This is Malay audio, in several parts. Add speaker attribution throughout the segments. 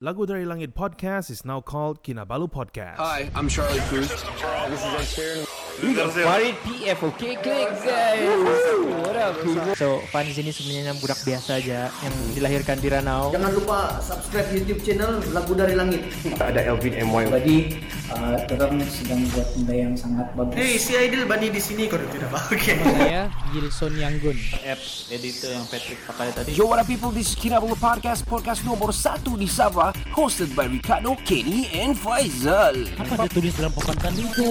Speaker 1: Lagu Dari Langit podcast is now called Kinabalu Podcast.
Speaker 2: Hi, I'm Charlie Cruz.
Speaker 3: Farid PF, okay, klik guys. What up, people? So, Fani sini sebenarnya budak biasa aja yang dilahirkan di Ranau.
Speaker 4: Jangan lupa subscribe YouTube channel Lagu Dari Langit.
Speaker 5: ada Elvin MY
Speaker 6: Jadi uh, orang sedang buat benda yang sangat bagus.
Speaker 4: Hei, Eh, si Aidil Bani di sini kalau tidak pakai.
Speaker 3: Saya Ya, Gilson Yanggun.
Speaker 7: Yo, what up, people? This is Kinabalu Podcast, podcast nomor satu di Sabah, hosted by Ricardo, Kenny, and Faizal. Apa ditulis dalam papan itu?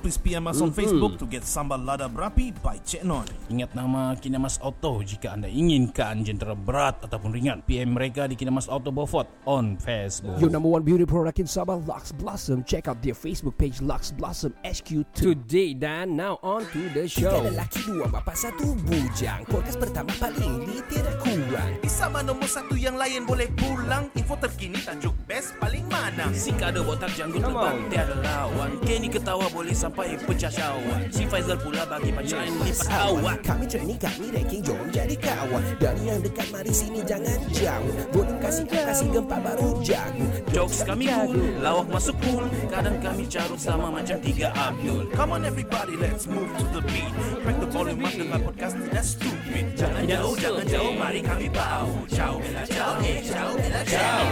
Speaker 8: please PM us on Facebook to get Sambal Lada Berapi by Cik Non. Ingat nama Kinamas Auto jika anda inginkan jentera berat ataupun ringan. PM mereka di Kinamas Auto Beaufort on Facebook.
Speaker 7: Your number one beauty product in Sabah, Lux Blossom. Check out their Facebook page, Lux Blossom HQ today. Dan now on to the show. Tiga lelaki, dua bapa, satu bujang. Podcast pertama paling ini tidak kurang.
Speaker 9: Di sama nombor satu yang lain boleh pulang Info terkini tajuk best paling mana Si kada botak janggut
Speaker 7: Come
Speaker 9: lebat
Speaker 7: on.
Speaker 9: tiada lawan Kenny ketawa boleh sampai pecah syawak Si Faizal pula bagi pancaan lipat awak
Speaker 7: Kami training, kami ranking, jom jadi kawan. Dari yang dekat, mari sini jangan jauh. Boleh kasih kasih gempa baru jago.
Speaker 9: Jokes kami cool, lawak masuk cool Kadang kami carut sama macam tiga Abdul Come on everybody, let's move to the beat Crack the volume up dengan podcast tidak stupid Jangan jauh, jangan jauh, mari kami bau Ciao, bella ciao, eh ciao, bella ciao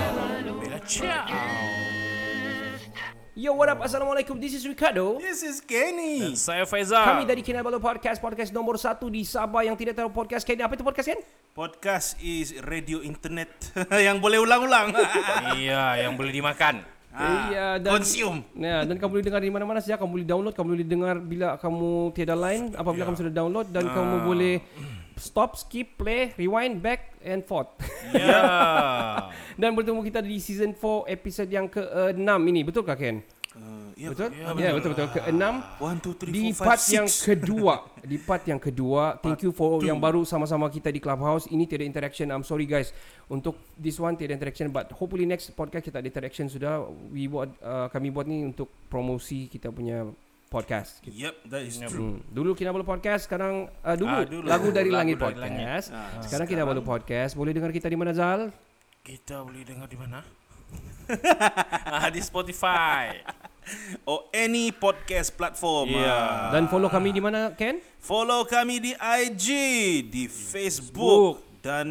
Speaker 9: Bella ciao
Speaker 7: Yo, what up? Assalamualaikum. This is Ricardo.
Speaker 8: This is Kenny. Dan saya
Speaker 7: Kami
Speaker 8: Faizal.
Speaker 7: dari Kinabalu Podcast, podcast nomor satu di Sabah yang tidak tahu podcast. Ken, apa itu podcast, Ken?
Speaker 8: Podcast is radio internet yang boleh ulang-ulang. iya, yang boleh dimakan. Ah,
Speaker 7: Iya, dan-
Speaker 8: Consume.
Speaker 7: Ya, dan kamu boleh dengar di mana-mana saja. Kamu boleh download, kamu boleh dengar bila kamu tiada line, apabila kamu sudah download dan kamu boleh stop, skip, play, rewind, back and forth.
Speaker 8: Ya.
Speaker 7: dan bertemu kita di season 4 episode yang ke-6 ini. Betulkah Ken?
Speaker 8: Ya,
Speaker 7: Betul? Ya, betul betul ke-6
Speaker 8: One, two, three,
Speaker 7: di
Speaker 8: four, five,
Speaker 7: part
Speaker 8: six.
Speaker 7: yang kedua. Di part yang kedua, thank you for yang baru sama-sama kita di Clubhouse. Ini tiada interaction. I'm sorry guys. Untuk this one tiada interaction but hopefully next podcast kita ada interaction sudah. We buat uh, kami buat ni untuk promosi kita punya podcast.
Speaker 8: Yep, that is
Speaker 7: Hmm.
Speaker 8: true.
Speaker 7: Dulu Kinabalu Podcast, sekarang uh, dulu,
Speaker 8: Ah, dulu.
Speaker 7: lagu dari
Speaker 8: Lagu
Speaker 7: langit
Speaker 8: dari Ah,
Speaker 7: podcast. sekarang Kinabalu Podcast. Boleh dengar kita di mana Zal?
Speaker 8: Kita boleh dengar di mana? Ah, di Spotify. Or any podcast platform. Ah.
Speaker 7: Dan follow kami di mana Ken?
Speaker 8: Follow kami di IG, di Facebook, dan,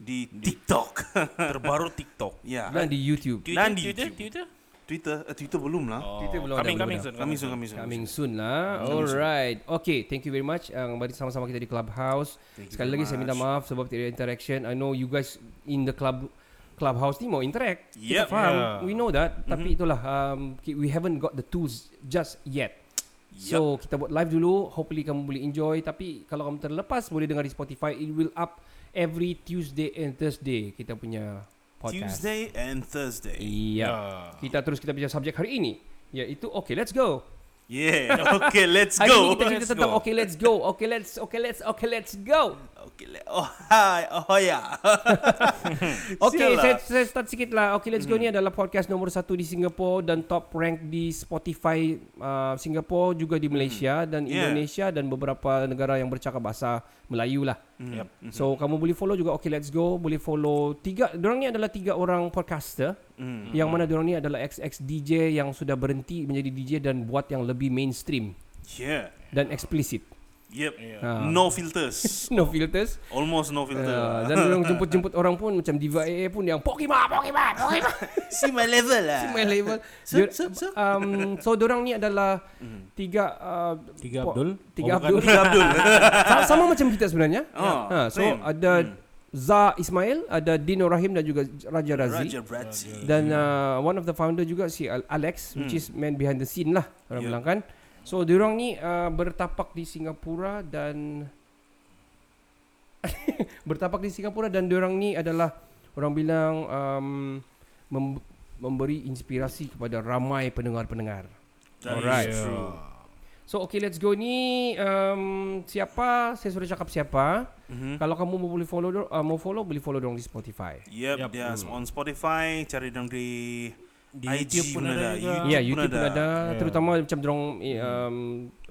Speaker 8: di TikTok. Terbaru TikTok. ya.
Speaker 7: Dan di YouTube.
Speaker 8: Dan di Twitter, Twitter, Twitter, eh, Twitter belum lah.
Speaker 7: Kita belum ada, belum ada.
Speaker 8: Kami suruh, kami suruh.
Speaker 7: Coming soon lah. Alright. Okay, thank you very much. Uh, kembali sama-sama kita di Clubhouse. Sekali lagi saya minta maaf sebab tidak ada interaction. I know you guys in the club Clubhouse ni mau interact. Kita
Speaker 8: Yep.
Speaker 7: faham.
Speaker 8: Yeah. Mm-hmm.
Speaker 7: We know that. Tapi itulah um, ki- we haven't got the tools just yet. So kita buat live dulu. Hopefully kamu boleh enjoy. Tapi kalau kamu terlepas boleh dengar di Spotify. It will up every Tuesday and Thursday kita punya podcast.
Speaker 8: Tuesday and Thursday.
Speaker 7: Iya. Kita terus kita punya subjek hari ini. Iaitu okay let's go.
Speaker 8: Yeah. Okay, let's
Speaker 7: Hari ini
Speaker 8: go.
Speaker 7: kita cerita tentang okay let's go. Okay let's okay let's okay let's go.
Speaker 8: Okay, le- oh hi, oh ya.
Speaker 7: Okay,
Speaker 8: Silalah.
Speaker 7: saya, saya start sikit lah. Okay let's go
Speaker 8: Hmm.
Speaker 7: ni adalah podcast nomor satu di Singapura dan top rank di Spotify uh, Singapura juga di Malaysia dan
Speaker 8: Hmm. Yeah.
Speaker 7: Indonesia dan beberapa negara yang bercakap bahasa Melayu lah.
Speaker 8: Hmm.
Speaker 7: So kamu boleh follow juga okay let's go, boleh follow tiga dorang ni adalah tiga orang podcaster
Speaker 8: Hmm.
Speaker 7: yang mana dorang ni adalah XX DJ yang sudah berhenti menjadi DJ dan buat yang lebih mainstream
Speaker 8: Yeah.
Speaker 7: dan explicit.
Speaker 8: Yep.
Speaker 7: Ah.
Speaker 8: No filters.
Speaker 7: No filters.
Speaker 8: Almost no filter.
Speaker 7: Ya, dan orang jemput-jemput orang pun macam Diva AA pun yang Pokemon, Pokemon, Pokemon.
Speaker 8: See my level lah.
Speaker 7: My level.
Speaker 8: Sup,
Speaker 7: Dia-
Speaker 8: sup, sup.
Speaker 7: Um, so dorang ni adalah tiga uh,
Speaker 3: Tiga
Speaker 7: po-
Speaker 3: Abdul?
Speaker 7: Tiga
Speaker 3: Oh, bukan.
Speaker 7: Abdul.
Speaker 8: Mm-hmm. Tiga Abdul.
Speaker 7: sama, sama macam kita sebenarnya.
Speaker 8: Oh,
Speaker 7: ha, so
Speaker 8: same. Mm.
Speaker 7: ada Za Ismail, ada Dino Rahim dan juga Raja Razi.
Speaker 8: Raja Bratzi.
Speaker 7: Dan uh, one of the founder juga si Al- Alex which is man behind the scene lah orang
Speaker 8: Yeah.
Speaker 7: bilang kan. So diorang ni uh, bertapak di Singapura dan bertapak di Singapura dan diorang ni adalah orang bilang um, mem- memberi inspirasi kepada ramai pendengar-pendengar.
Speaker 8: Alright. True.
Speaker 7: So okay let's go ni um, siapa saya sudah cakap siapa.
Speaker 9: Mhm.
Speaker 7: Kalau kamu mau boleh follow dor- uh, mau follow boleh follow dong di Spotify.
Speaker 9: Yep,
Speaker 8: Yup.
Speaker 9: dia on Spotify, cari dong di
Speaker 8: Di
Speaker 9: IG
Speaker 8: YouTube pun ada juga.
Speaker 7: Ya yeah, YouTube pun ada
Speaker 8: Ya.
Speaker 7: terutama macam dorong eh, um,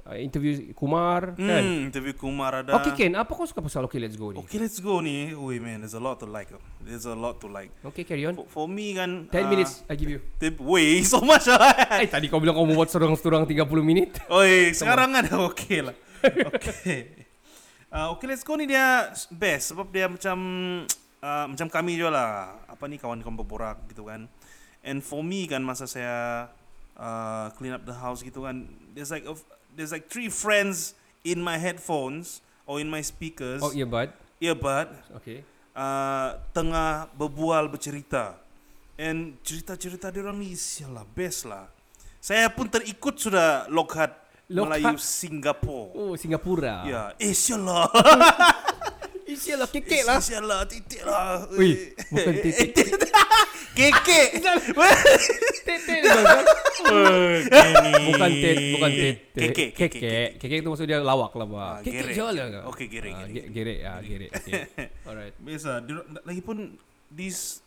Speaker 7: uh, interview Kumar
Speaker 9: Hmm,
Speaker 7: kan.
Speaker 9: interview Kumar ada.
Speaker 7: Okay Ken, apa kau suka pasal Okay Let's Go ni?
Speaker 9: Okay, let's go ni. Ui man, there's a lot to like. oh. There's a lot to like.
Speaker 7: Okay, carry on.
Speaker 9: For, for me
Speaker 7: 10
Speaker 9: kan ah,
Speaker 7: minutes I give you.
Speaker 9: Tip, weh, so much lah.
Speaker 7: Eh tadi kau bilang kau mau buat seorang-seorang 30 minit.
Speaker 9: Oi, sekarang ada okay lah. Okay. Uh, okay, let's go ni dia best sebab dia macam uh, macam kami je lah. Apa ni kawan-kawan berborak gitu kan. And for me kan masa saya uh, clean up the house gitu kan, there's like a, there's like three friends in my headphones or in my speakers
Speaker 7: Oh yeah bud.
Speaker 9: earbud
Speaker 7: Okay.
Speaker 9: uh, tengah berbual bercerita. And cerita-cerita dia orang ni sialah best lah. Saya pun terikut sudah lokat
Speaker 7: Lokat?
Speaker 9: Melayu Singapura.
Speaker 7: Oh Singapura.
Speaker 9: Ya, eh sialah.
Speaker 7: Isialah
Speaker 9: Eh,
Speaker 7: kekek lah.
Speaker 9: Sialah, titik lah.
Speaker 7: Ui, bukan titik.
Speaker 9: Kekek.
Speaker 7: Tetek dia bang. Bukan
Speaker 8: Bukan
Speaker 7: tet, bukan tet. tet.
Speaker 9: Oh, Kekek, kekek,
Speaker 7: Kekek. Kekek tu maksud dia lawak lah bah.
Speaker 9: Ah,
Speaker 7: Kekek
Speaker 9: gerek.
Speaker 7: je lah.
Speaker 9: Okey, gerek,
Speaker 7: Ah,
Speaker 9: gerek.
Speaker 7: ge- Gerek, ah, gerek. Okay. Alright.
Speaker 9: Biasa, lah. dia- lagipun these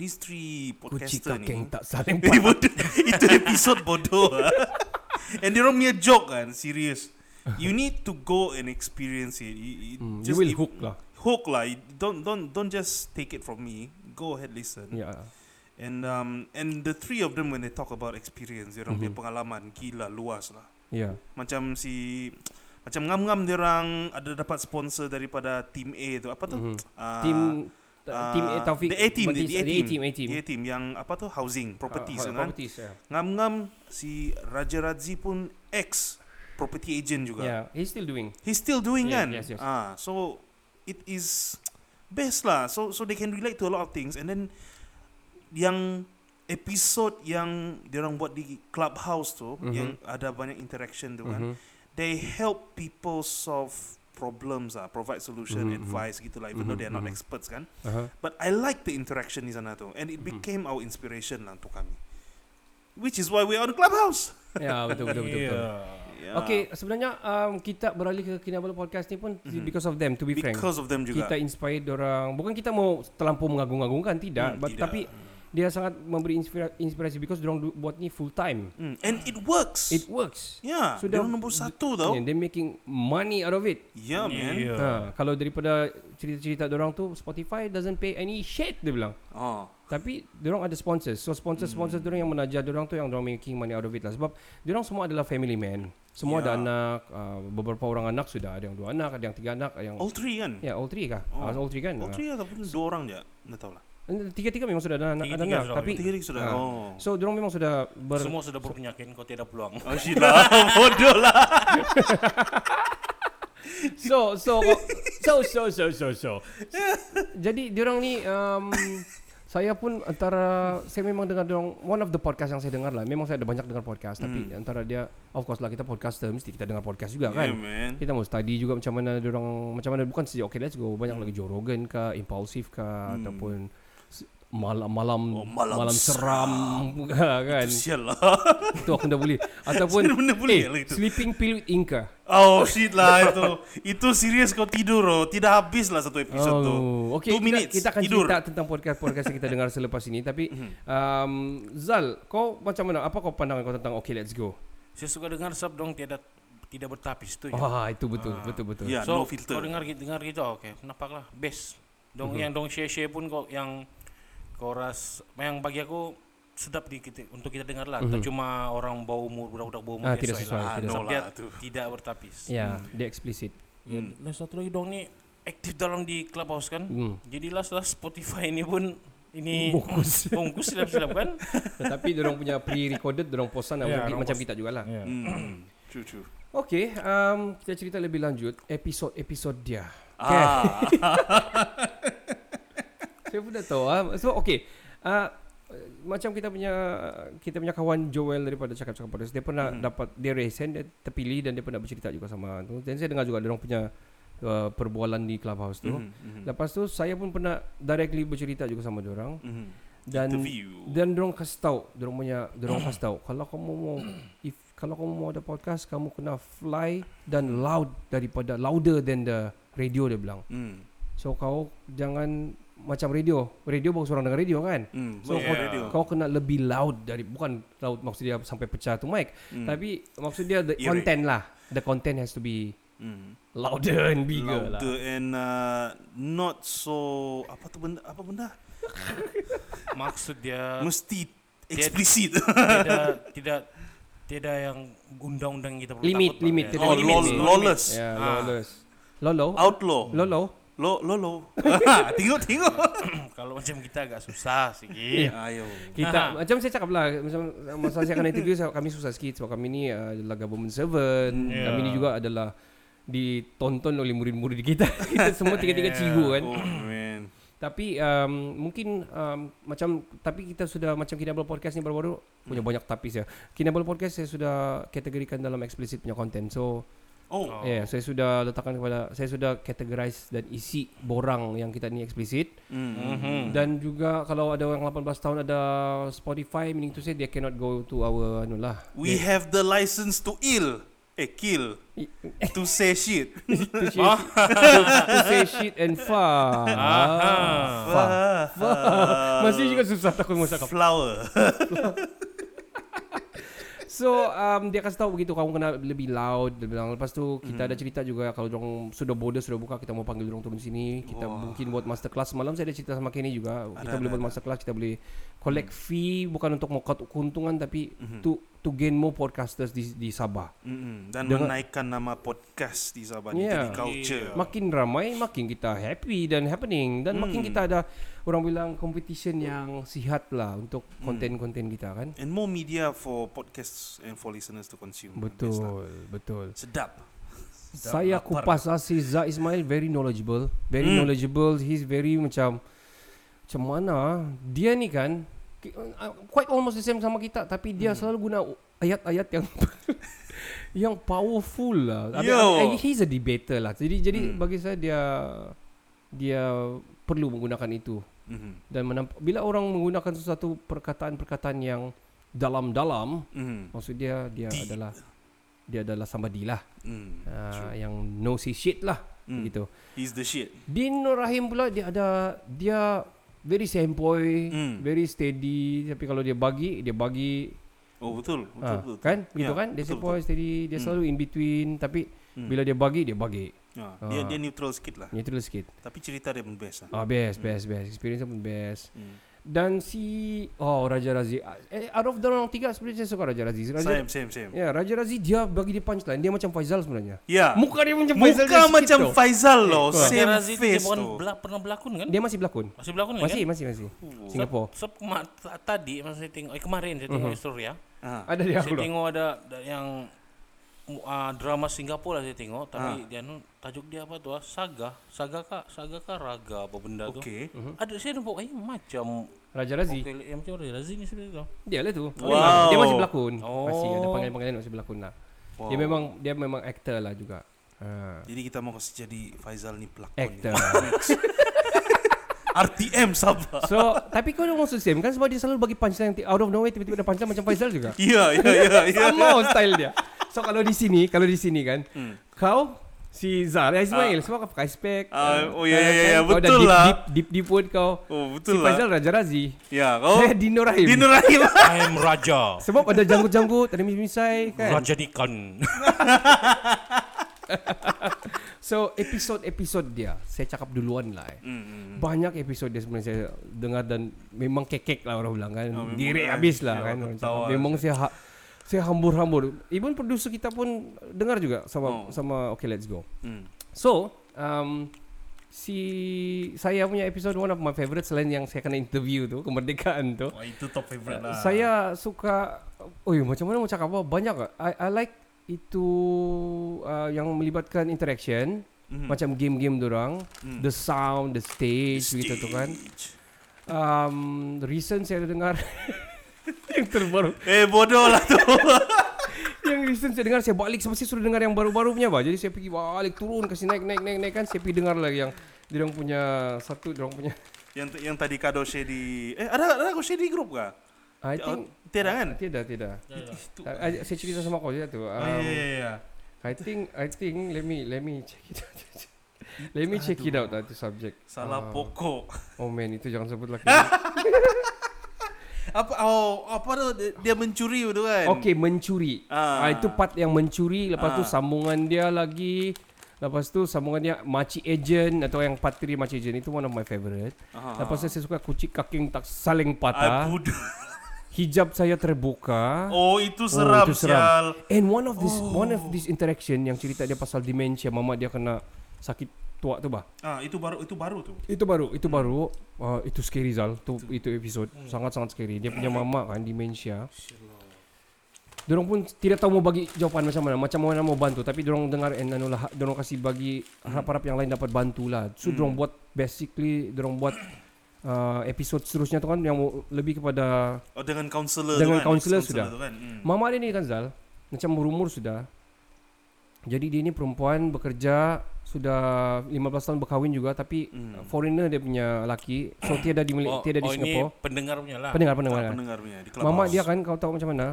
Speaker 9: these three
Speaker 7: Kucing
Speaker 9: podcaster ni.
Speaker 7: kakek tak saling
Speaker 9: Ini bodoh. Itu episode bodoh. ah. And dia orang punya joke kan, serious. You need to go and experience it. You, you
Speaker 7: Hmm, You
Speaker 9: just-
Speaker 7: will
Speaker 9: you-
Speaker 7: hook lah.
Speaker 9: Hook lah. You Don't don't don't just take it from me. Go ahead listen.
Speaker 7: Ya.
Speaker 9: And um and the three of them when they talk about experience, dia orang
Speaker 7: Mhm.
Speaker 9: punya pengalaman gila luas lah.
Speaker 7: Ya.
Speaker 9: Macam si macam ngam-ngam dia orang ada dapat sponsor daripada team A tu. Apa tu?
Speaker 7: Mhm.
Speaker 9: Ah,
Speaker 7: Team
Speaker 9: ah,
Speaker 7: Team A Taufik.
Speaker 9: The A team, the,
Speaker 7: Batis- eh,
Speaker 9: the A team,
Speaker 7: A team.
Speaker 9: The A team yang apa tu housing properties
Speaker 7: Ah,
Speaker 9: tu kan.
Speaker 7: Properties, ya.
Speaker 9: Ngam-ngam si Raja Radzi pun ex property agent juga.
Speaker 7: Yeah, he's still doing.
Speaker 9: He's still doing
Speaker 7: Yeah,
Speaker 9: kan?
Speaker 7: Ya. yes, yes.
Speaker 9: Ah, so it is best lah. So so they can relate to a lot of things and then yang episode yang diorang buat di clubhouse tu
Speaker 7: Mhm.
Speaker 9: yang ada banyak interaction tu
Speaker 7: Mhm.
Speaker 9: kan. They help people solve problems ah, provide solution,
Speaker 7: Mhm, mhm.
Speaker 9: advice gitu lah even though
Speaker 7: Mhm,
Speaker 9: they are not
Speaker 7: mhm.
Speaker 9: experts kan.
Speaker 7: Aha.
Speaker 9: But I like the interaction di sana tu and
Speaker 8: Mm-hmm.
Speaker 9: it
Speaker 7: Mhm.
Speaker 9: became our inspiration lah untuk kami. Which is why we're on clubhouse.
Speaker 7: Ya, betul betul betul. betul.
Speaker 8: Uh,
Speaker 9: Yeah.
Speaker 7: Okay, sebenarnya um, kita beralih ke Kinabalu Podcast ni pun
Speaker 9: Mhm.
Speaker 7: because of them, to be frank.
Speaker 9: Because of them juga.
Speaker 7: Kita inspired orang. Bukan kita mau terlampau mengagung-agungkan, tidak.
Speaker 9: Hmm,
Speaker 7: but,
Speaker 9: tidak.
Speaker 7: Tapi dia sangat memberi inspira- inspirasi because orang du- buat ni full time.
Speaker 9: Mm. And it works.
Speaker 7: It works.
Speaker 9: yeah,
Speaker 7: Sudah-
Speaker 9: sudah nombor satu tau.
Speaker 7: And they're making money out of it.
Speaker 9: Yeah, man.
Speaker 7: Ha, kalau daripada cerita-cerita orang tu Spotify doesn't pay any shit dia bilang.
Speaker 9: Oh.
Speaker 7: Tapi orang ada sponsors. So sponsor-sponsor hmm. yang menajar orang tu yang orang making money out of it lah sebab orang semua adalah family man. Semua ada
Speaker 9: Ya.
Speaker 7: anak, uh, beberapa orang anak sudah ada yang dua anak, ada yang tiga anak, ada yang
Speaker 9: All three kan?
Speaker 7: Ya, all three kah?
Speaker 9: Oh.
Speaker 7: Oh. all three kan?
Speaker 9: All three ataupun dua orang je? Tak tahu lah.
Speaker 7: Ah. Tiga-tiga memang sudah ada anak, ada
Speaker 8: Tiga-tiga
Speaker 7: anak.
Speaker 8: sudah
Speaker 7: Tapi
Speaker 9: Tiga tiga sudah.
Speaker 7: Ah.
Speaker 9: Oh.
Speaker 7: so dorong memang sudah ber
Speaker 8: Semua sudah berpenyakit kau tiada peluang.
Speaker 9: Oh, shit lah. Bodoh lah.
Speaker 7: so so so so so so so. Jadi diorang ni um, saya pun antara saya memang dengar diorang one of the podcast yang saya dengar lah. Memang saya ada banyak dengar podcast tapi antara dia of course lah kita podcaster mesti kita dengar podcast juga
Speaker 9: Yeah,
Speaker 7: kan.
Speaker 9: man.
Speaker 7: Kita mau study juga macam mana diorang macam mana bukan saja okay let's go banyak lagi Joe Rogan ke impulsif ke ataupun s- malam-malam
Speaker 9: Hmm. Oh, malam
Speaker 7: seram, kan.
Speaker 9: Sial lah.
Speaker 7: Itu aku dah boleh ataupun
Speaker 9: Saya benda boleh
Speaker 7: eh,
Speaker 9: lah itu.
Speaker 7: sleeping pill with Inca.
Speaker 9: Oh shit lah itu. Itu serius kau tidur oh. Tidak habis lah satu
Speaker 7: Oh.
Speaker 9: episode tu.
Speaker 7: okay,
Speaker 9: Two
Speaker 7: kita,
Speaker 9: minutes.
Speaker 7: kita akan
Speaker 9: tidur. Hmm.
Speaker 7: cerita tentang podcast-podcast yang kita dengar selepas ini tapi um, Zal kau macam mana apa kau pandangan kau tentang okay let's go
Speaker 8: Saya suka dengar sub dong tiada tidak bertapis tu. je.
Speaker 7: wah itu betul betul betul
Speaker 9: Ya,
Speaker 8: So,
Speaker 9: no filter.
Speaker 8: Kau dengar dengar gitu, oh, okay. Nampak lah, best. Dong
Speaker 7: Mhm.
Speaker 8: yang dong share share pun kau yang kau ras, yang bagi aku sedap di kita, untuk kita dengar lah. Tak cuma orang bau umur budak-budak bau
Speaker 7: Mhm.
Speaker 8: umur
Speaker 7: Ah,
Speaker 8: biasa
Speaker 7: tidak
Speaker 8: je
Speaker 7: sesuai,
Speaker 8: lah.
Speaker 7: tidak
Speaker 8: Sebab
Speaker 9: sesuai.
Speaker 8: dia
Speaker 9: No lah, tu.
Speaker 8: tidak bertapis.
Speaker 7: ya dia explicit
Speaker 8: Hmm. Dan satu lagi dong ni aktif dalam di clubhouse kan.
Speaker 7: Hmm.
Speaker 8: Jadilah setelah Spotify ni pun ini
Speaker 7: Bungkus.
Speaker 8: bungkus silap-silap kan.
Speaker 7: tetapi dorong punya pre-recorded dorong posan lah
Speaker 8: Ya,
Speaker 7: macam, ki-
Speaker 8: dorang
Speaker 7: macam
Speaker 8: post.
Speaker 7: kita juga lah
Speaker 9: Hmm. True, true.
Speaker 7: okay um, kita cerita lebih lanjut episod-episod dia Kan?
Speaker 9: Ah.
Speaker 7: Saya pun dah tahu. ah. So okay. Uh, macam kita punya kita punya kawan Joel daripada cakap-cakap podcast dia pernah dapat dia resen dia terpilih dan dia pernah bercerita juga sama tu dan saya dengar juga dia orang punya uh, perbualan di clubhouse tu.
Speaker 9: Hmm,
Speaker 7: Mm-hmm. Lepas tu saya pun pernah directly bercerita juga sama orang
Speaker 9: Mhm.
Speaker 7: dan
Speaker 9: Interview.
Speaker 7: dan dorong kasih tahu, dorong punya dorong kasih tahu kalau kamu mau if kalau kamu mau ada podcast kamu kena fly dan loud daripada louder than the radio dia bilang.
Speaker 9: Hmm.
Speaker 7: So kau jangan macam radio. Radio bagus orang dengar radio kan?
Speaker 9: Hmm.
Speaker 7: So
Speaker 9: Yeah.
Speaker 7: kau, kau kena lebih loud dari bukan loud maksud dia sampai pecah tu mic. Hmm. Tapi maksud dia the
Speaker 9: Irate.
Speaker 7: content lah. The content has to be
Speaker 9: Hmm.
Speaker 7: louder and bigger lah.
Speaker 9: Louder and uh, not so apa tu benda apa benda?
Speaker 8: Maksud dia
Speaker 9: Mesti explicit.
Speaker 8: tidak tidak tidak yang undang-undang kita perlu
Speaker 7: Limit,
Speaker 8: takut, lah. Ya,
Speaker 7: limit.
Speaker 8: Pak,
Speaker 7: Tidak
Speaker 9: oh,
Speaker 7: limit,
Speaker 9: lol,
Speaker 7: limit.
Speaker 9: lawless.
Speaker 7: Yeah, lawless. Lolo.
Speaker 9: Outlaw.
Speaker 7: Lolo.
Speaker 9: Lo lo lo. Ah, tengok tengok.
Speaker 8: ya. Kalau macam kita agak susah
Speaker 7: Yeah.
Speaker 8: sikit.
Speaker 9: Ayo.
Speaker 7: Kita macam saya cakap lah macam masa saya akan interview saya- kami susah sikit sebab kami ni uh, adalah government servant.
Speaker 8: Yeah.
Speaker 7: Kami ni juga adalah ditonton oleh murid-murid kita. kita semua tiga-tiga cikgu kan.
Speaker 9: Oh man.
Speaker 7: Tapi um, mungkin um, macam tapi kita sudah macam Kinabalu podcast ni baru-baru punya banyak tapis ya. Kinabalu podcast saya sudah kategorikan dalam explicit punya content. So
Speaker 9: Oh.
Speaker 7: ya yeah, saya sudah letakkan kepada saya sudah categorize dan isi borang yang kita ni explicit
Speaker 9: Hmm.
Speaker 7: dan juga kalau ada orang 18 tahun ada Spotify meaning to say they cannot go to our anu lah.
Speaker 9: We have the license to ill. Eh, kill. to say shit.
Speaker 7: to, say, to say shit and fuck. Fuck. Masih juga susah takut mau cakap.
Speaker 9: Ah, Flower.
Speaker 7: So um, dia kasih tahu begitu kamu kena lebih loud dia bilang. Lepas tu kita mm-hmm. ada cerita juga kalau dorong sudah border sudah buka kita mau panggil dorong turun sini. Kita Wah. mungkin buat masterclass malam saya ada cerita sama Kenny juga. Kita boleh buat masterclass, kita boleh collect mm. fee bukan untuk mau cut keuntungan tapi mm-hmm. to to gain more podcasters di di Sabah.
Speaker 9: Mm-mm. Dan
Speaker 7: Dengan-
Speaker 9: menaikkan nama podcast di Sabah
Speaker 7: Yeah.
Speaker 9: yeah. Jadi culture.
Speaker 7: Makin ramai makin kita happy dan happening dan makin kita ada orang bilang competition yang sihat lah untuk konten-konten kita kan.
Speaker 9: And more media for podcasts and for listeners to consume. Best lah.
Speaker 7: Betul, betul.
Speaker 9: Sedap.
Speaker 7: Saya kupas Aziz Zah Ismail very knowledgeable, very mm. knowledgeable. He's very macam macam mana ah? dia ni kan ki- uh, quite almost the same sama kita tapi dia mm. selalu guna u- ayat-ayat yang yang powerful lah. Abi-
Speaker 9: Yo.
Speaker 7: abi- he's a debater lah. Jadi jadi bagi saya dia dia perlu menggunakan itu
Speaker 9: Mm-hmm.
Speaker 7: dan menamp- bila orang menggunakan sesuatu perkataan-perkataan yang dalam-dalam
Speaker 9: Mm-hmm.
Speaker 7: maksud dia dia adalah dia adalah somebody lah
Speaker 9: Mm.
Speaker 7: uh, yang no see shit lah
Speaker 9: Mm.
Speaker 7: mm. gitu.
Speaker 9: He's the shit.
Speaker 7: Din Nur Rahim pula dia ada dia very sempoi,
Speaker 9: Mm.
Speaker 7: very steady tapi kalau dia bagi dia bagi
Speaker 9: Oh betul. Betul,
Speaker 7: ah,
Speaker 9: betul, betul.
Speaker 7: kan gitu
Speaker 9: Ya,
Speaker 7: kan dia
Speaker 9: betul,
Speaker 7: sempoi steady dia
Speaker 9: Mm.
Speaker 7: selalu in between tapi
Speaker 9: Mm.
Speaker 7: bila dia bagi dia bagi
Speaker 9: betul. Ya,
Speaker 7: Ah.
Speaker 9: Dia, dia neutral sikit lah.
Speaker 7: neutral sikit
Speaker 9: Tapi cerita dia pun best lah.
Speaker 7: ah best best best experience pun best
Speaker 9: Mm.
Speaker 7: dan si oh Raja Razi eh, out of the orang tiga sebenarnya saya suka Raja Razi Raja,
Speaker 9: Same, same, same.
Speaker 7: ya Raja Razi dia bagi dia punchline dia macam Faizal sebenarnya
Speaker 9: Ya.
Speaker 7: muka dia macam Faizal dia
Speaker 9: Muka
Speaker 7: sikit Eh,
Speaker 9: macam
Speaker 7: tau.
Speaker 9: Faizal loh.
Speaker 7: betul.
Speaker 9: Same
Speaker 8: Razi tu dia
Speaker 9: face
Speaker 8: bukan
Speaker 9: tu.
Speaker 8: bela- pernah berlakon kan?
Speaker 7: dia masih berlakon
Speaker 8: Masih berlakon kan?
Speaker 7: Masih, Oh. masih, masih. Singapura.
Speaker 8: Sebab kema- t- tadi masa saya tengok eh, kemarin saya
Speaker 7: Mhm.
Speaker 8: tengok story ya.
Speaker 9: Ah.
Speaker 7: Ada dia
Speaker 8: Saya
Speaker 7: aku.
Speaker 8: tengok ada ada yang uh, drama Singapura saya tengok tapi dia nu tajuk dia apa tu ah? Saga, Saga ka, Saga ka Raga apa benda tu.
Speaker 9: Okay.
Speaker 7: Mhm.
Speaker 8: Ada saya nampak eh macam
Speaker 7: Raja Razi.
Speaker 8: hotel eh, macam Razi Razi ni sebenarnya tu.
Speaker 7: Dia lah tu.
Speaker 9: Wow.
Speaker 7: Dia masih berlakon.
Speaker 8: Oh.
Speaker 7: Masih ada panggilan-panggilan masih berlakon lah. Wow. Dia memang dia memang actor lah juga. Ha.
Speaker 9: Jadi kita mau kasih jadi Faizal ni pelakon.
Speaker 7: Actor.
Speaker 9: ni. RTM Sabah.
Speaker 7: So, tapi kau orang same kan sebab dia selalu bagi punchline ti- out of nowhere tiba-tiba ada punchline macam Faizal juga.
Speaker 9: Ya, ya, ya, ya.
Speaker 7: Sama style dia. So kalau di sini, kalau di sini kan,
Speaker 9: Hmm.
Speaker 7: kau si Zara Ismail semua kau pakai spek. eh,
Speaker 9: Ah, oh, ya, ya,
Speaker 7: kan?
Speaker 9: ya, ya,
Speaker 7: Kau dah
Speaker 9: betul
Speaker 7: deep,
Speaker 9: lah.
Speaker 7: Deep deep deep pun kau.
Speaker 9: Oh,
Speaker 7: Si
Speaker 9: betul lah.
Speaker 7: Faizal Raja Razi.
Speaker 9: Ya, kau.
Speaker 7: Saya Dino Rahim.
Speaker 9: Dino Rahim.
Speaker 8: I am Raja.
Speaker 7: Sebab ada janggut-janggut, ada misai kan.
Speaker 8: Raja Dikan.
Speaker 7: So episod-episod dia Saya cakap duluan lah eh.
Speaker 9: Hmm,
Speaker 7: mm, Banyak episod dia sebenarnya Saya dengar dan Memang kekek lah orang bilang kan oh, Direk habis lah kan orang cakap. Memang saya ha- Saya hambur-hambur Even producer kita pun Dengar juga Sama oh. sama Okay let's go
Speaker 9: Hmm.
Speaker 7: So um, Si Saya punya episode One of my favorite Selain yang saya kena interview tu Kemerdekaan tu
Speaker 8: Wah Oh, itu top favorite lah.
Speaker 7: saya suka Oi macam mana mau cakap apa Banyak lah. I, I like itu uh, Yang melibatkan interaction
Speaker 8: Mhm.
Speaker 7: mm-hmm. Macam game-game dorang mm. The sound The stage Begitu tu kan um, Recent saya dengar Yang terbaru
Speaker 9: Eh, bodoh lah tu.
Speaker 7: Yang Kristen saya dengar Saya balik Sebab saya sudah dengar yang baru-baru punya bah. Jadi saya pergi balik Turun Kasih naik naik naik naik kan Saya pergi dengar lagi yang Dia orang punya Satu dia orang punya
Speaker 9: Yang yang tadi kado share di eh ada ada kau share di grup kah?
Speaker 7: I
Speaker 9: Oh,
Speaker 7: think
Speaker 9: Tiada kan?
Speaker 7: Tidak tidak Tak, I- Saya cerita sama kau je tu um,
Speaker 9: Ah, Ya ya ya.
Speaker 7: I think I think Let me Let me check it out Let me check it out That subject
Speaker 9: Salah
Speaker 7: Ah.
Speaker 9: pokok.
Speaker 7: Oh man Itu jangan sebut lagi
Speaker 9: Apa oh apa tu dia- dia mencuri tu kan?
Speaker 7: Okay mencuri
Speaker 9: Ah.
Speaker 7: ah. Itu part yang mencuri Lepas tu sambungan dia lagi Lepas tu sambungan dia Makcik Agent Atau yang part 3 Makcik Agent Itu one of my favourite Lepas tu saya suka kucik kaking tak saling
Speaker 9: Ah,
Speaker 7: patah
Speaker 9: budak.
Speaker 7: Hijab saya terbuka
Speaker 9: Oh itu seram,
Speaker 7: itu
Speaker 9: sial.
Speaker 7: And one of this One of this interaction Yang cerita dia pasal dementia Mama dia kena sakit tua tu bah
Speaker 9: Ah itu baru itu baru tu.
Speaker 7: Itu baru Itu baru uh, Itu scary Zal tu, Itu episod Sangat-sangat scary Dia punya mama kan Dementia Diorang pun tidak tahu mau bagi jawapan macam mana Macam mana mau bantu Tapi diorang dengar And anu lah Diorang kasih bagi Harap-harap yang lain dapat bantu lah So diorang buat Basically Diorang buat uh, Episod seterusnya tu kan Yang mau- lebih kepada
Speaker 9: Oh dengan counselor
Speaker 7: Dengan
Speaker 9: tu kan.
Speaker 7: counselor sudah.
Speaker 9: tu kan. Hmm.
Speaker 7: Mama dia ni kan Zal Macam berumur sudah Jadi dia ni perempuan Bekerja Sudah 15 tahun berkahwin juga Tapi hmm. Foreigner dia punya laki So tiada di, oh, tiada di
Speaker 8: oh ini
Speaker 7: Singapore
Speaker 8: pendengar punya lah.
Speaker 7: Pendengar
Speaker 9: Ah,
Speaker 7: pendengar, pendengar.
Speaker 9: pendengar punya di
Speaker 7: Mama
Speaker 9: clubhouse.
Speaker 7: dia kan Kau tahu macam mana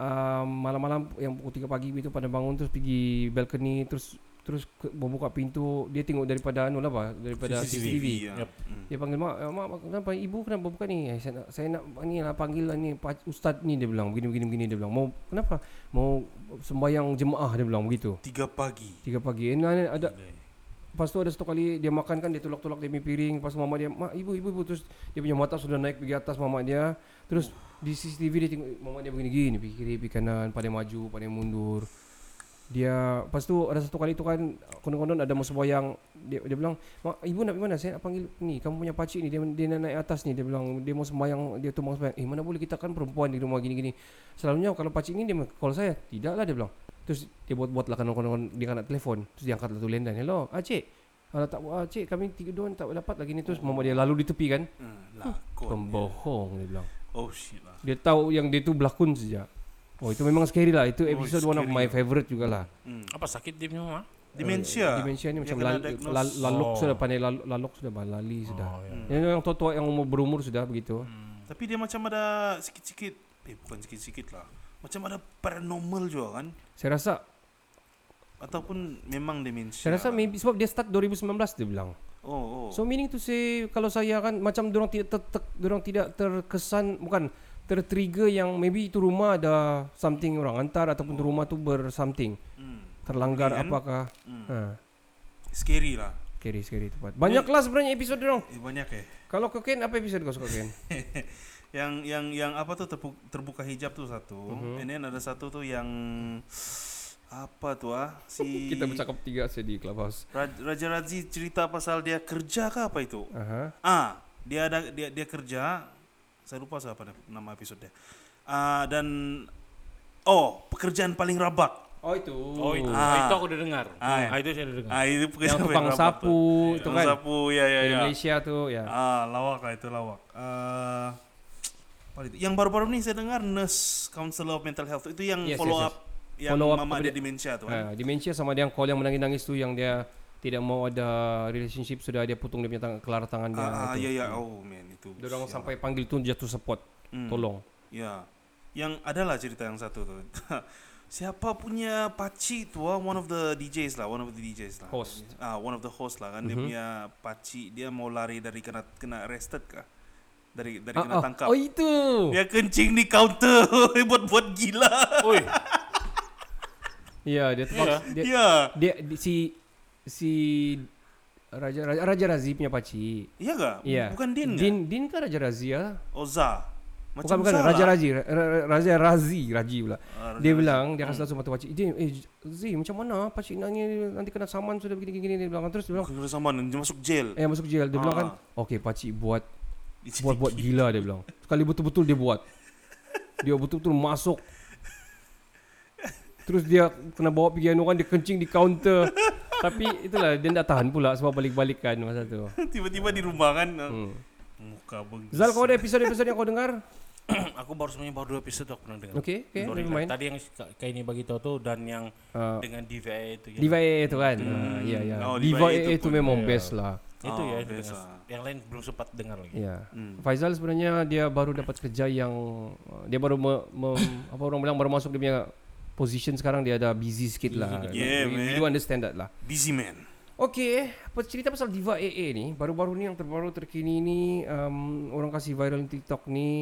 Speaker 7: uh, Malam-malam Yang pukul 3 pagi itu Pada bangun Terus pergi balcony Terus Terus ke- membuka pintu Dia tengok daripada Anu lah bah Daripada CCTV,
Speaker 9: CCTV. ya.
Speaker 8: Yep.
Speaker 7: dia panggil mak, "Eh, mak mak, kenapa ibu kenapa bukan ni? Eh, Saya nak saya nak ni lah panggil lah ni pak ustaz ni dia bilang begini begini begini dia bilang. Mau kenapa? Mau sembahyang jemaah dia bilang begitu.
Speaker 9: Tiga pagi.
Speaker 7: Tiga pagi. Eh, nah, nah, ada Lepas tu ada satu kali dia makan kan dia tolak-tolak dia punya piring Lepas tu mama dia Mak ibu ibu ibu Terus dia punya mata sudah naik pergi atas mama dia Terus di CCTV dia tengok mama dia begini-gini Pergi kiri pergi kanan Pandai maju pandai mundur Dia Lepas tu ada satu kali tu kan Konon-konon ada musuh boyang dia, dia bilang Mak ibu nak pergi mana saya nak panggil ni Kamu punya pakcik ni dia, dia nak naik atas ni Dia bilang dia mau sembahyang Dia tumbang sembahyang Eh mana boleh kita kan perempuan di rumah gini-gini Selalunya kalau pakcik ni dia call saya Tidak lah dia bilang Terus dia buat-buat lah kanon-kanon dia nak telefon. Terus dia angkat lah tu lendan. Hello, ah cik. Ah, tak ah, cik kami tiga dua tak dapat lagi ni. Terus mama dia lalu di tepi kan.
Speaker 9: Oh. Hmm,
Speaker 8: Oh,
Speaker 9: Lakon.
Speaker 7: Pembohong dia bilang.
Speaker 9: Oh shit lah.
Speaker 7: Dia tahu yang dia tu berlakon saja. Oh itu memang scary lah. Itu
Speaker 9: Oh,
Speaker 7: episode one of
Speaker 9: scary.
Speaker 7: my favorite jugalah.
Speaker 8: Apa sakit dia punya ah? mama?
Speaker 9: Dementia.
Speaker 7: Dimensia Eh, ni
Speaker 9: Ah. Dia
Speaker 7: macam
Speaker 9: kena
Speaker 7: lal-
Speaker 9: diagnose.
Speaker 7: lal- lalok
Speaker 8: Oh.
Speaker 7: sudah pandai lal- lalok sudah bah, lali sudah.
Speaker 8: Oh,
Speaker 9: Hmm.
Speaker 8: Hmm. ya.
Speaker 7: Yang yang tua-tua yang umur berumur sudah begitu.
Speaker 9: Tapi dia macam ada sikit-sikit Eh bukan sikit-sikit lah Macam ada paranormal juga kan
Speaker 7: Saya rasa
Speaker 9: Ataupun memang demensia
Speaker 7: saya rasa
Speaker 9: lah.
Speaker 7: maybe sebab dia start 2019 dia bilang.
Speaker 9: Oh oh
Speaker 7: So meaning to say kalau saya kan macam dorong tidak ter, ter, dorang tidak terkesan bukan tertrigger yang maybe itu rumah ada something orang hantar ataupun tu rumah tu ber something
Speaker 9: hmm.
Speaker 7: terlanggar
Speaker 9: Kan?
Speaker 7: apakah.
Speaker 9: Hmm.
Speaker 7: Ha,
Speaker 9: Scary lah
Speaker 7: scary scary tempat. Banyaklah sebenarnya episod dorong.
Speaker 9: eh, Banyak eh
Speaker 7: Kalau kau Ken apa episod kau suka Ken?
Speaker 9: Yang yang yang apa tu terbuka, terbuka hijab tu satu
Speaker 7: Mhm.
Speaker 9: And then ada satu tu yang Apa tu ah Si
Speaker 7: Kita bercakap tiga saja di clubhouse.
Speaker 9: Raj- Raja Razi cerita pasal dia kerja ke apa itu
Speaker 7: Aha.
Speaker 9: Ah, dia ada dia dia kerja. Saya lupa siapa dia- nama episode dia. Ah dan oh, pekerjaan paling rabak.
Speaker 7: Oh itu.
Speaker 8: Oh itu,
Speaker 9: Ah.
Speaker 8: itu aku udah dengar.
Speaker 9: Ah, ya.
Speaker 8: Ah, itu saya udah dengar.
Speaker 9: Ah, itu pekerjaan
Speaker 7: Yang
Speaker 9: paling
Speaker 7: tukang
Speaker 9: rabak
Speaker 7: sapu
Speaker 9: tu.
Speaker 7: itu
Speaker 9: Tukang
Speaker 7: kan.
Speaker 9: sapu, ya ya
Speaker 7: Dari
Speaker 9: ya.
Speaker 7: Malaysia tu ya.
Speaker 9: Ah, lawak lah itu lawak. Ah apa itu? Yang baru-baru ni saya dengar nurse counselor of mental health itu yang
Speaker 7: Yes,
Speaker 9: follow
Speaker 7: yes, yes.
Speaker 9: up yang
Speaker 7: Follow up
Speaker 9: mama
Speaker 7: apa
Speaker 9: dia
Speaker 7: dia- Ah,
Speaker 9: demensia tu kan.
Speaker 7: Ha, dementia sama dia yang call yang menangis-nangis tu yang dia tidak mau ada relationship sudah dia potong dia punya tangan kelar tangan dia.
Speaker 9: Ah, ah
Speaker 7: iya, itu.
Speaker 9: ya ya oh man itu.
Speaker 7: Diorang
Speaker 9: sial.
Speaker 7: sampai panggil tu jatuh support.
Speaker 9: Hmm.
Speaker 7: Tolong.
Speaker 9: Ya. Yang adalah cerita yang satu tu. Siapa punya pakcik tu ah, one of the DJs lah, one of the DJs lah.
Speaker 7: Host. Mhm.
Speaker 9: Ah, one of the host lah kan dia punya pakcik dia mau lari dari kena kena arrested kah? Dari dari kena tangkap. Ya.
Speaker 7: Oh itu.
Speaker 9: Dia kencing di counter buat-buat gila.
Speaker 8: Oi,
Speaker 7: Ya, dia terpaksa Oh, dia,
Speaker 9: Ya.
Speaker 7: dia, di- si si Raja Raja, Raja Razi punya pakcik.
Speaker 9: Iya enggak?
Speaker 7: Ya.
Speaker 9: Bukan
Speaker 7: Din
Speaker 9: Din. Din.
Speaker 7: Din ke Raja Razi ya?
Speaker 9: Oza. lah.
Speaker 7: Bukan bukan Raja Razi, Ra- Ra- Raja Razi, Raji pula.
Speaker 9: Ah, Raja
Speaker 7: dia
Speaker 9: Razi.
Speaker 7: bilang dia kasih tahu sama tu pakcik. Dia eh Zi macam mana pakcik nak ni nanti kena saman sudah begini gini dia bilang terus dia bilang
Speaker 9: Kena sama dia masuk jail.
Speaker 7: eh masuk jail dia bilang kan
Speaker 9: Ah.
Speaker 7: okey pakcik buat Buat-buat gila dia bilang Sekali betul-betul dia buat Dia betul-betul masuk Terus dia kena bawa pergi anu kan Dia kencing di counter Tapi itulah dia tak tahan pula Sebab balik-balikan masa tu Hmm.
Speaker 9: Tiba-tiba di rumah kan. Muka begitu.
Speaker 7: Zal kau ada episode-episode yang kau dengar?
Speaker 2: aku baru semuanya baru dua episode aku pernah dengar.
Speaker 7: Okay, okay,
Speaker 2: Sorry
Speaker 7: never
Speaker 2: lah.
Speaker 7: mind.
Speaker 2: Tadi yang Kak- Kak ini bagi tahu tu dan yang
Speaker 7: Ah.
Speaker 2: dengan Diva itu ya.
Speaker 7: Levi itu kan. Ah, ya ya.
Speaker 2: Oh,
Speaker 7: Levi
Speaker 2: Levi itu
Speaker 7: itu
Speaker 2: pun,
Speaker 7: memang
Speaker 8: ya.
Speaker 7: best lah.
Speaker 2: Itu Oh, ya. biasa. dengar. Yang lain belum sempat dengar lagi.
Speaker 7: Ya.
Speaker 2: Hmm.
Speaker 7: Faizal sebenarnya dia baru dapat kerja yang uh, dia baru me, me- apa orang bilang baru masuk dia punya position sekarang dia ada busy sikit lah.
Speaker 2: Hmm. Yeah,
Speaker 7: we,
Speaker 2: man.
Speaker 7: we do understand that lah.
Speaker 2: Busy man.
Speaker 7: Okey, apa- cerita pasal Diva AA ni, baru-baru ni yang terbaru terkini ni um, orang kasih viral di TikTok ni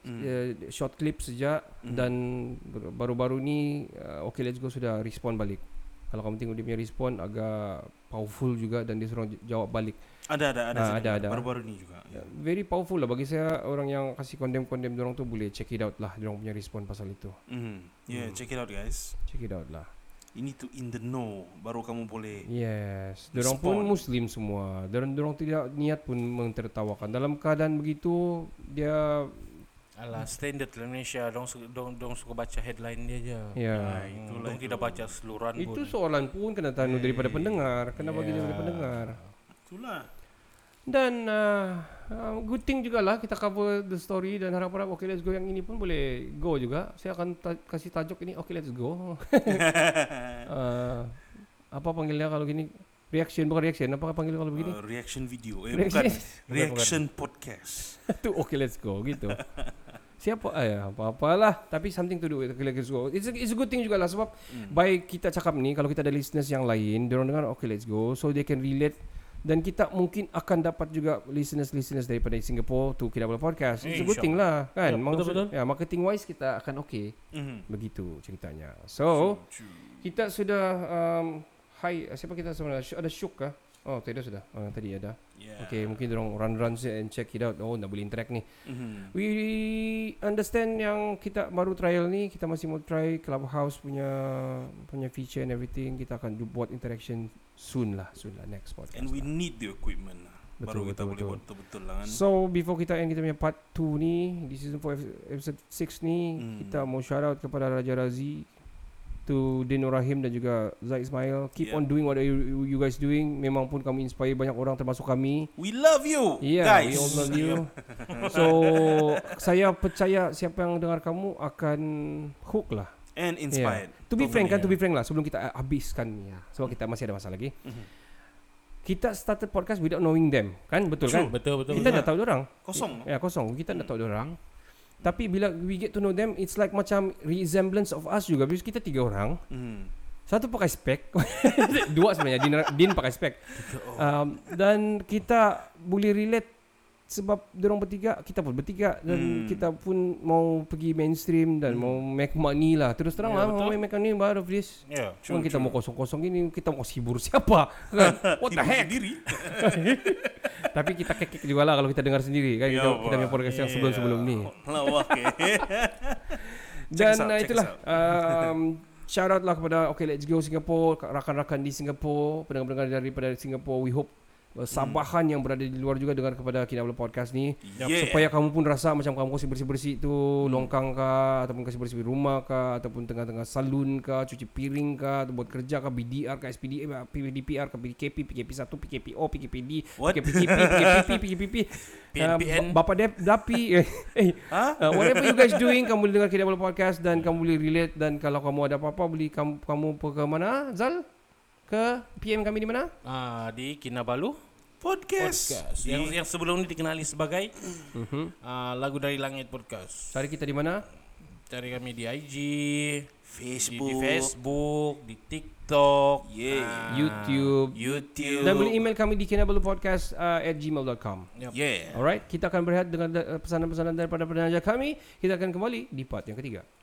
Speaker 2: Hmm.
Speaker 7: mm. uh, short clip sejak mm. dan ber- baru-baru ni uh, Okay Let's Go sudah respon balik. Kalau kamu tengok dia punya respon agak powerful juga dan dia seorang j- jawab balik.
Speaker 2: Ada ada ada.
Speaker 7: Ah,
Speaker 2: saya
Speaker 7: ada,
Speaker 2: dengar.
Speaker 7: ada.
Speaker 2: Baru-baru ni juga. Ya.
Speaker 7: Very powerful lah bagi saya orang yang kasih condemn-condemn orang tu boleh check it out lah dia punya respon pasal itu.
Speaker 2: Mhm. Yeah,
Speaker 7: Hmm.
Speaker 2: check it out guys.
Speaker 7: Check it out lah.
Speaker 2: Ini to in the know baru kamu boleh
Speaker 7: Ya. Yes, dorong pun
Speaker 2: Respon.
Speaker 7: muslim semua. Dan dorong tidak niat pun mentertawakan. Dalam keadaan begitu dia
Speaker 8: Alah, standard lah Malaysia. Dong suka, dong, dong suka baca headline dia je.
Speaker 7: ya
Speaker 2: Ah, itulah
Speaker 8: Dong
Speaker 2: itu.
Speaker 8: tidak baca seluruhan
Speaker 7: itu
Speaker 8: pun.
Speaker 7: soalan pun kena tanu daripada pendengar, kena bagi daripada pendengar.
Speaker 2: Itulah.
Speaker 7: Dan uh, uh, good thing jugalah kita cover the story dan harap-harap okay let's go yang ini pun boleh go juga. Saya akan ta- kasih tajuk ini okay let's go. uh, apa panggilnya kalau gini? Reaction bukan reaction, apa panggil kalau begini?
Speaker 2: Uh, reaction video. Eh
Speaker 7: Reaction.
Speaker 2: bukan. Reaction podcast.
Speaker 7: tu oh, okay let's go gitu. Siapa eh apa-apalah tapi something to do with okay let's go. It's a, it's a good thing juga lah sebab mm. by kita cakap ni kalau kita ada listeners yang lain, dia orang dengar okay let's go so they can relate dan kita mungkin akan dapat juga listeners-listeners daripada Singapore to Kinabalu podcast. It's a good thing lah kan.
Speaker 8: Ya,
Speaker 7: Maksud-
Speaker 8: betul-betul.
Speaker 7: Ya, marketing wise kita akan okay
Speaker 2: Mhm.
Speaker 7: begitu ceritanya. So kita sudah um, hi siapa kita sebenarnya Sy- ada Syuk kah? Oh, tidak sudah. Oh, tadi ada.
Speaker 9: Ya.
Speaker 2: Yeah.
Speaker 7: Okay, mungkin dorong run-run saja and check it out. Oh, nak boleh interact ni.
Speaker 2: Mhm.
Speaker 7: We understand yang kita baru trial ni kita masih mau try Clubhouse punya punya feature and everything kita akan do, buat interaction soon lah soon lah next podcast.
Speaker 2: And we need the equipment lah.
Speaker 7: Betul,
Speaker 2: Baru kita
Speaker 7: betul,
Speaker 2: boleh
Speaker 7: betul.
Speaker 2: buat betul-betul lah kan.
Speaker 7: So before kita end kita punya part 2 ni di season 4 episode 6 ni
Speaker 2: Hmm.
Speaker 7: kita mau shout out kepada Raja Razi to Dino Rahim dan juga Zaid Ismail keep
Speaker 2: Yeah.
Speaker 7: on doing what you, you guys doing memang pun kami inspire banyak orang termasuk kami
Speaker 2: We love you
Speaker 7: Yeah,
Speaker 2: guys.
Speaker 7: we all love you. so saya percaya siapa yang dengar kamu akan hook lah.
Speaker 2: And inspired.
Speaker 7: To be frank kan, to be frank lah sebelum kita habiskan ya. Sebab kita masih ada masa lagi. Kita started podcast without knowing them, kan? Betul kan?
Speaker 8: Betul, betul.
Speaker 7: Kita tak tahu orang.
Speaker 2: Kosong.
Speaker 7: Ya, kosong. Kita tak tahu orang. Tapi bila we get to know them, it's like macam resemblance of us juga. Because kita tiga orang.
Speaker 2: Mhm.
Speaker 7: Satu pakai spek Dua sebenarnya Din, Din pakai spek um, Dan kita boleh relate Sebab dorong bertiga Kita pun bertiga Dan
Speaker 2: Hmm.
Speaker 7: kita pun mau pergi mainstream Dan mau make money lah Terus terang lah Mau make money out of this
Speaker 2: Yeah,
Speaker 9: Ya,
Speaker 7: Cuma kita mau kosong-kosong gini Kita mau hibur siapa kan? What the heck
Speaker 2: Sendiri.
Speaker 7: Tapi kita kekek juga lah Kalau kita dengar sendiri kan Kita,
Speaker 2: Ya,
Speaker 7: kita punya podcast yang sebelum-sebelum ni
Speaker 2: Lawak eh.
Speaker 7: Dan
Speaker 2: us out,
Speaker 7: uh,
Speaker 2: check us
Speaker 7: itulah um, Shout out lah kepada Okay Let's Go Singapore Rakan-rakan di Singapore Pendengar-pendengar daripada Singapore We hope uh, Sabahan yang berada di luar juga Dengar kepada Kinabalu Podcast ni
Speaker 2: Yeah.
Speaker 7: Supaya kamu pun rasa Macam kamu kasih bersih-bersih tu
Speaker 2: Hmm.
Speaker 7: Longkang kah Ataupun kasih bersih rumah kah Ataupun tengah-tengah salon kah Cuci piring kah atau Buat kerja kah BDR kah SPD eh, PDPR kah PKP PKP1 PKPO PKPD
Speaker 2: What?
Speaker 7: PKPP PKPP PKPP uh,
Speaker 8: PNPN.
Speaker 7: ba- Bapak Dep Dapi eh, eh, Uh, whatever you guys doing Kamu boleh dengar Kidabal Podcast Dan kamu boleh relate Dan kalau kamu ada apa-apa Boleh kamu, kamu pe- ke mana Zal? Ke PM kami di mana?
Speaker 8: Ah, di Kinabalu.
Speaker 2: Podcast.
Speaker 8: Podcast. Yang, yang sebelum ni dikenali sebagai
Speaker 7: Mhm.
Speaker 8: ah, lagu dari langit podcast.
Speaker 7: Cari kita di mana?
Speaker 8: Cari kami di IG,
Speaker 2: Facebook.
Speaker 8: di, di Facebook, di TikTok,
Speaker 2: Yeah.
Speaker 8: ah,
Speaker 7: YouTube.
Speaker 8: YouTube.
Speaker 7: Dan boleh email kami di kinabalupodcast uh, at gmail.com
Speaker 2: Yeah.
Speaker 7: Alright Kita akan berehat dengan uh, pesanan-pesanan daripada penaja kami Kita akan kembali di part yang ketiga